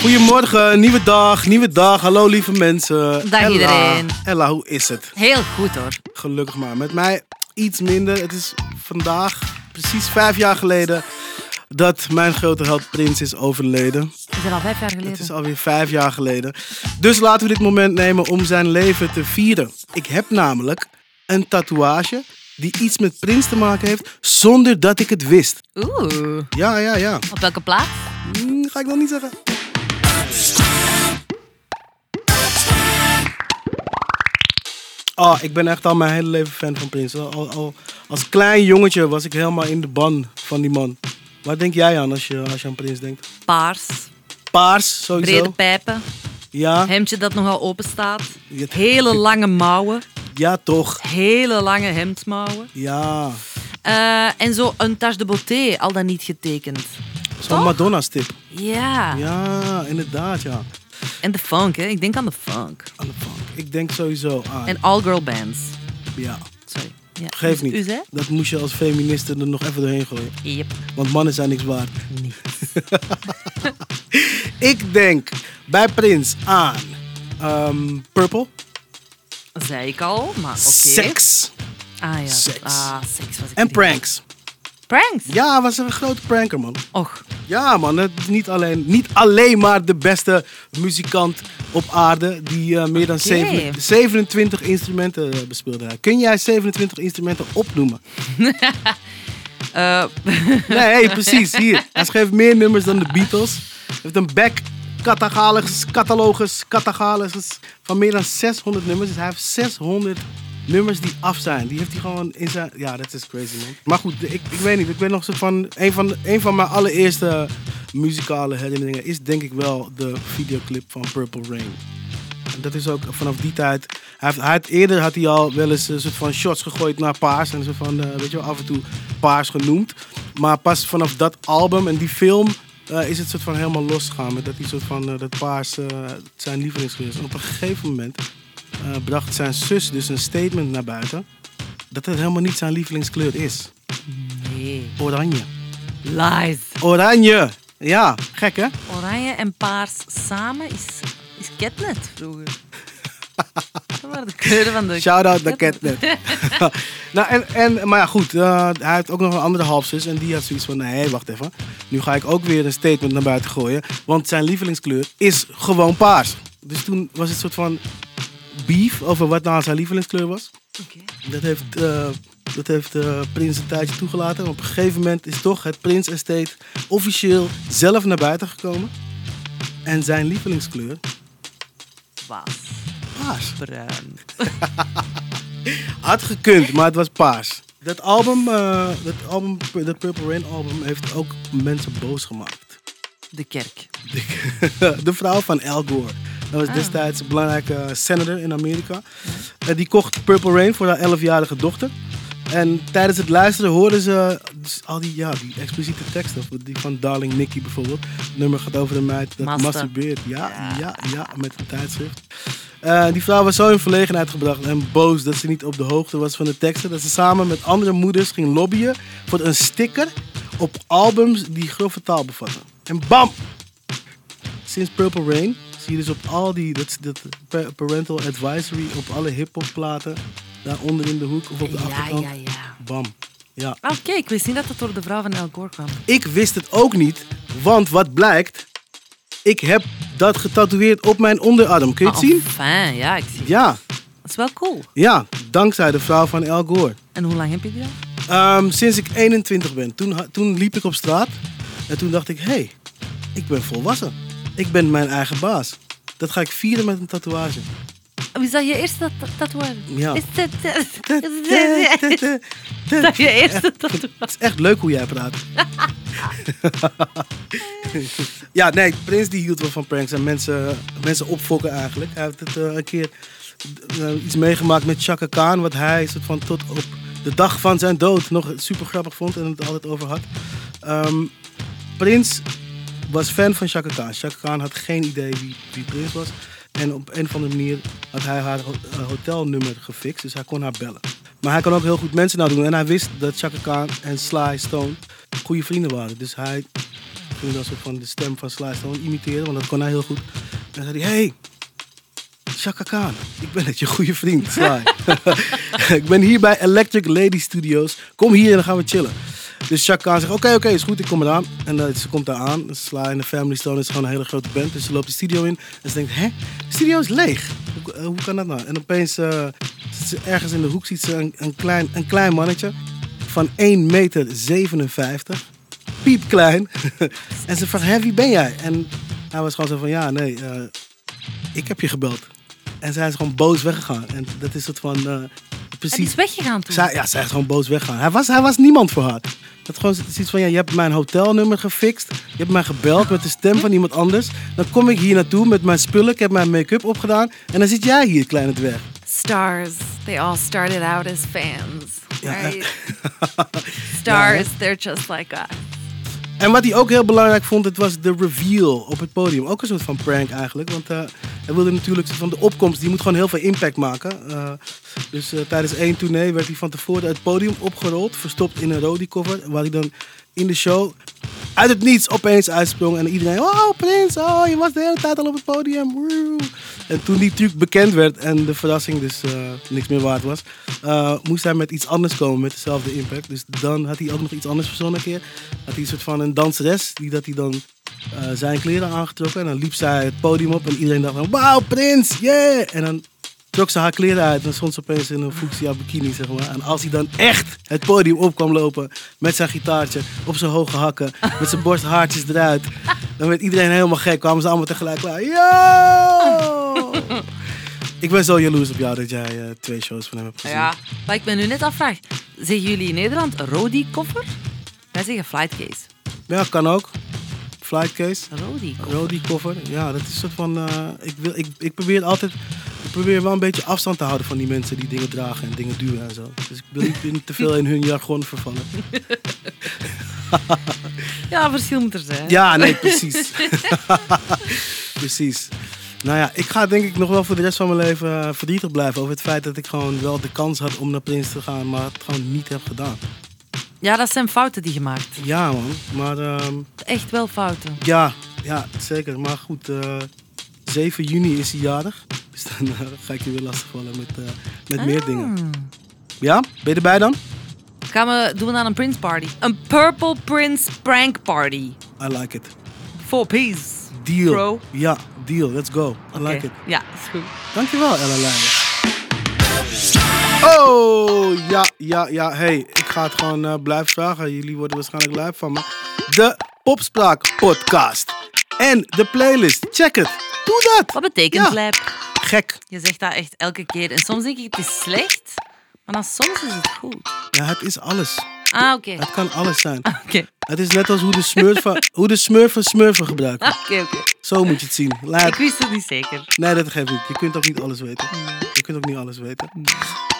Goedemorgen, nieuwe dag, nieuwe dag. Hallo lieve mensen. Dag iedereen. Ella, hoe is het? Heel goed hoor. Gelukkig maar. Met mij iets minder. Het is vandaag precies vijf jaar geleden dat mijn grote held Prins is overleden. We zijn al vijf jaar geleden. Het is alweer vijf jaar geleden. Dus laten we dit moment nemen om zijn leven te vieren. Ik heb namelijk een tatoeage die iets met Prins te maken heeft zonder dat ik het wist. Oeh. Ja, ja, ja. Op welke plaats? Mm, ga ik nog niet zeggen. Oh, ik ben echt al mijn hele leven fan van Prins. Al, al, als klein jongetje was ik helemaal in de ban van die man. Wat denk jij aan als je, als je aan Prins denkt? Paars. Paars, sowieso. Brede pijpen. Ja, Hemdje dat nogal open staat. Ja. Hele lange mouwen. ja toch. Hele lange hemdmouwen. Ja. Eh, en zo een tache de beauté, al dan niet getekend. Zo'n Madonna-stip. Ja. Ja, inderdaad, ja. En de funk, hè. Ik denk aan de funk. Aan de bank. Ik denk sowieso aan. En all-girl bands. Ja, Sorry. Ja. geef U niet. zei? Dat moest je als feministe er nog even doorheen gooien. Yep. Want mannen zijn niks waard. ik denk bij Prins aan ehm, Purple, Zei ik al, maar oké. Sex Ah ja. Seks. Ah, seks was ik en niet. Pranks. Pranks. Ja, was een grote pranker, man. Och. Ja, man. Het is niet alleen, niet alleen maar de beste muzikant op aarde die eh, meer dan Oké. 7 27 instrumenten eh, bespeelde. hij. Kun jij 27 instrumenten opnoemen? Eh, Nee, hey, precies. Hier. Hij schreef meer nummers dan de Beatles. Hij heeft een back catalogus, catalogus, catalogus van meer dan 600 nummers. Dus hij heeft 600 nummers die af zijn. Die heeft hij gewoon in zijn... Ja, dat is crazy, man. Maar goed, ik, ik weet niet. Ik weet nog zo van... Een van, een van mijn allereerste muzikale herinneringen is denk ik wel de videoclip van Purple Rain. En dat is ook vanaf die tijd. Hij heeft, hij had, eerder had hij al wel eens een soort van shots gegooid naar paars. En zo van, eh, weet je wel, af en toe paars genoemd. Maar pas vanaf dat album en die film eh, is het soort van helemaal losgegaan. Met dat hij soort van, eh, dat paars eh, zijn lievelingskleur is. En op een gegeven moment eh, bracht zijn zus dus een statement naar buiten. Dat het helemaal niet zijn lievelingskleur is. nee. Oranje. Lies. Oranje! Ja, gek hè? Oranje en paars samen is, is catnet vroeger. Dat waren de kleuren van de... Shout out naar Catnet. nou, en, en, maar ja, goed. eh, hij heeft ook nog een andere halfzus. En die had zoiets van: nee, wacht even. Nu ga ik ook weer een statement naar buiten gooien. Want zijn lievelingskleur is gewoon paars. Dus toen was het een soort van beef over wat nou zijn lievelingskleur was. Oké. Dat heeft, eh, dat heeft eh, Prins een tijdje toegelaten. Maar op een gegeven moment is toch het Prins Estate officieel zelf naar buiten gekomen. En zijn lievelingskleur Was. paars. Bruin. Had gekund, maar het was paars. Dat album, eh, dat album, dat Purple Rain album, heeft ook mensen boos gemaakt. De kerk. De vrouw van Al Gore. Dat was Ah. destijds een belangrijke senator in Amerika. En die kocht Purple Rain voor haar 11-jarige dochter. En tijdens het luisteren hoorden ze dus al die, ja, die expliciete teksten. Of Die van Darling Nikki bijvoorbeeld. Het nummer gaat over een meid dat Master. masturbeert. Ja, ja, ja, met een tijdschrift. Eh, die vrouw was zo in verlegenheid gebracht en boos dat ze niet op de hoogte was van de teksten. Dat ze samen met andere moeders ging lobbyen voor een sticker op albums die grove taal bevatten. En bam! Sinds Purple Rain zie je dus op al die dat, dat pa- parental advisory op alle hip-hop platen. Daaronder in de hoek of op de Ja, achterkant. ja, ja. Ah, Bam. Ja. Oké, ik wist niet dat het door de vrouw van El Gore kwam. Ik wist het ook niet, want wat blijkt, ik heb dat getatoeëerd op mijn onderarm. Kun je het Ah, zien? Fijn, ja, ik zie het. Ja, Dat is wel cool. ja, dankzij de vrouw van Al Gore. En hoe lang heb je die al? Ehm, sinds ik 21 ben, toen, ha- toen liep ik op straat en toen dacht ik, hé, hey, ik ben volwassen. Ik ben mijn eigen baas. Dat ga ik vieren met een tatoeage. Oh, Is dat je eerste tat- tatoeage? Ja. Is dat, is dat je eerste tatoeage? Het is echt leuk hoe jij praat. ja, nee, Prins die hield wel van pranks en mensen, mensen opfokken eigenlijk. Hij heeft het eh, een keer eh, iets meegemaakt met Chaka Khan, wat hij soort van tot op de dag van zijn dood nog super grappig vond en het altijd over had. Ehm, Prins was fan van Chaka Khan. Chaka Khan had geen idee wie, wie Prins was. En op een of andere manier had hij haar ho- eh, hotelnummer gefixt, dus hij kon haar bellen. Maar hij kon ook heel goed mensen nadoen. En hij wist dat Chaka Khan en Sly Stone goede vrienden waren. Dus hij ging dan soort van de stem van Sly Stone imiteren, want dat kon hij heel goed. En zei hij, hey, Chaka Khan, ik ben het, je goede vriend, Sly. ik ben hier bij Electric Lady Studios. Kom hier en dan gaan we chillen. Dus Chaka Khan zegt, oké, oké, is goed, ik kom eraan. En eh, ze komt daar aan. Sly en de Family Stone is gewoon een hele grote band. Dus ze loopt de studio in en ze denkt, hè, de studio is leeg. Hoe, eh, hoe kan dat nou? En opeens, eh, ze- ergens in de hoek ziet ze een, een, klein, een klein mannetje van 1 meter 57. Piepklein. en ze vraagt, hè, wie ben jij? En hij was gewoon zo van, ja, nee, eh, ik heb je gebeld. En zij is gewoon boos weggegaan. En dat is het van, eh, En die precies... is weggegaan toen. Zij, ja, zij is gewoon boos weggaan. Hij was, hij was niemand voor haar. Dat gewoon z- zoiets van, ja, je hebt mijn hotelnummer gefixt. Je hebt mij gebeld met de stem van iemand anders. Dan kom ik hier naartoe met mijn spullen. Ik heb mijn make-up opgedaan. En dan zit jij hier, kleine dwerg. Stars, they all started out as fans, Ja. eh, right? Stars, they're just like us. En wat hij ook heel belangrijk vond, het was de reveal op het podium. Ook een soort van prank eigenlijk. Want eh, hij wilde natuurlijk van de opkomst, die moet gewoon heel veel impact maken. Eh, dus eh, tijdens één tournee werd hij van tevoren het podium opgerold. Verstopt in een rode cover. Waar hij dan in de show uit het niets opeens uitsprong. En iedereen, oh Prins, oh je was de hele tijd al op het podium. Woe." En toen die truc bekend werd en de verrassing dus eh, niks meer waard was. eh, moest hij met iets anders komen met dezelfde impact. Dus dan had hij ook nog iets anders verzonnen een keer. Had hij een soort van een danseres die dat hij dan eh, zijn kleren aangetrokken. En dan liep zij het podium op en iedereen dacht van, wauw Prins, yeah! En dan trok ze haar kleren uit en stond ze opeens in een fuchsia bikini, zeg maar. En als hij dan echt het podium op kwam lopen met zijn gitaartje, op zijn hoge hakken, met zijn borsthaartjes eruit, dan werd iedereen helemaal gek. Kwamen ze allemaal tegelijk klaar. Yo! Ik ben zo jaloers op jou dat jij eh, twee shows van hem hebt gezien. Ja, wat ik me nu net afvraag. Zeggen jullie in Nederland rodi koffer? Wij zeggen flightcase. Ja, kan ook. Flightcase. Rodi koffer. Rodi koffer. Ja, dat is een soort van. eh, ik, wil, ik, ik probeer altijd. Ik probeer wel een beetje afstand te houden van die mensen die dingen dragen en dingen duwen en zo. Dus ik wil niet in- te veel in hun jargon vervallen. Ja, verschil moet er zijn. Ja, nee, precies. precies. Nou ja, ik ga denk ik nog wel voor de rest van mijn leven eh, verdrietig blijven over het feit dat ik gewoon wel de kans had om naar Prins te gaan, maar het gewoon niet heb gedaan. Ja, dat zijn fouten die gemaakt. Ja, man. Maar ehm, Echt wel fouten. ja, ja, zeker. Maar goed, eh, 7 juni is hij jarig. Dus dan eh, ga ik je weer lastigvallen met, eh, met meer dingen. Ja, ben je erbij dan? Gaan we doen aan een Prince Party. Een Purple Prince Prank Party. I like it. Four piece. Deal. Bro. Ja, deal. Let's go. I like it. Ja, is goed. Dankjewel, Ella Leijers. Oh, ja, ja, ja. Hey, ik ga het gewoon eh, blijven vragen. Jullie worden waarschijnlijk live van me. De Popspraak podcast. En de playlist. Check het. Doe dat. Wat betekent Ja. lijp? Gek. Je zegt dat echt elke keer. En soms denk ik, het is slecht. Maar dan soms is het goed. Ja, het is alles. Ah, oké. Het kan alles zijn. Oké, Het is net als hoe de smurfen, hoe de smurfen smurfen gebruiken. oké, oké. Zo moet je het zien. Ah. Ik Lijp. wist het niet zeker. Nee, dat geeft niet. Je kunt ook niet alles weten. Je kunt ook niet alles weten.